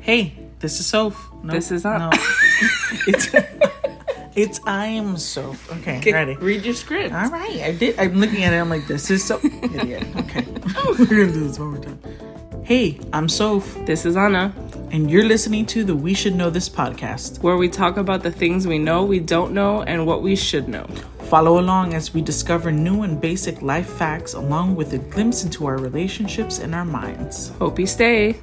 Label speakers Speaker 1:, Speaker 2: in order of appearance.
Speaker 1: Hey, this is Soph. No,
Speaker 2: This is not-
Speaker 1: No. it's it's I am Soph. Okay,
Speaker 2: Get-
Speaker 1: ready.
Speaker 2: Read your script.
Speaker 1: All right, I did. I'm looking at it. I'm like, this is so idiot. Okay, we're gonna do this one more time. Hey, I'm Soph,
Speaker 2: This is Anna,
Speaker 1: and you're listening to the We Should Know This podcast.
Speaker 2: where we talk about the things we know, we don't know, and what we should know.
Speaker 1: Follow along as we discover new and basic life facts, along with a glimpse into our relationships and our minds.
Speaker 2: Hope you stay.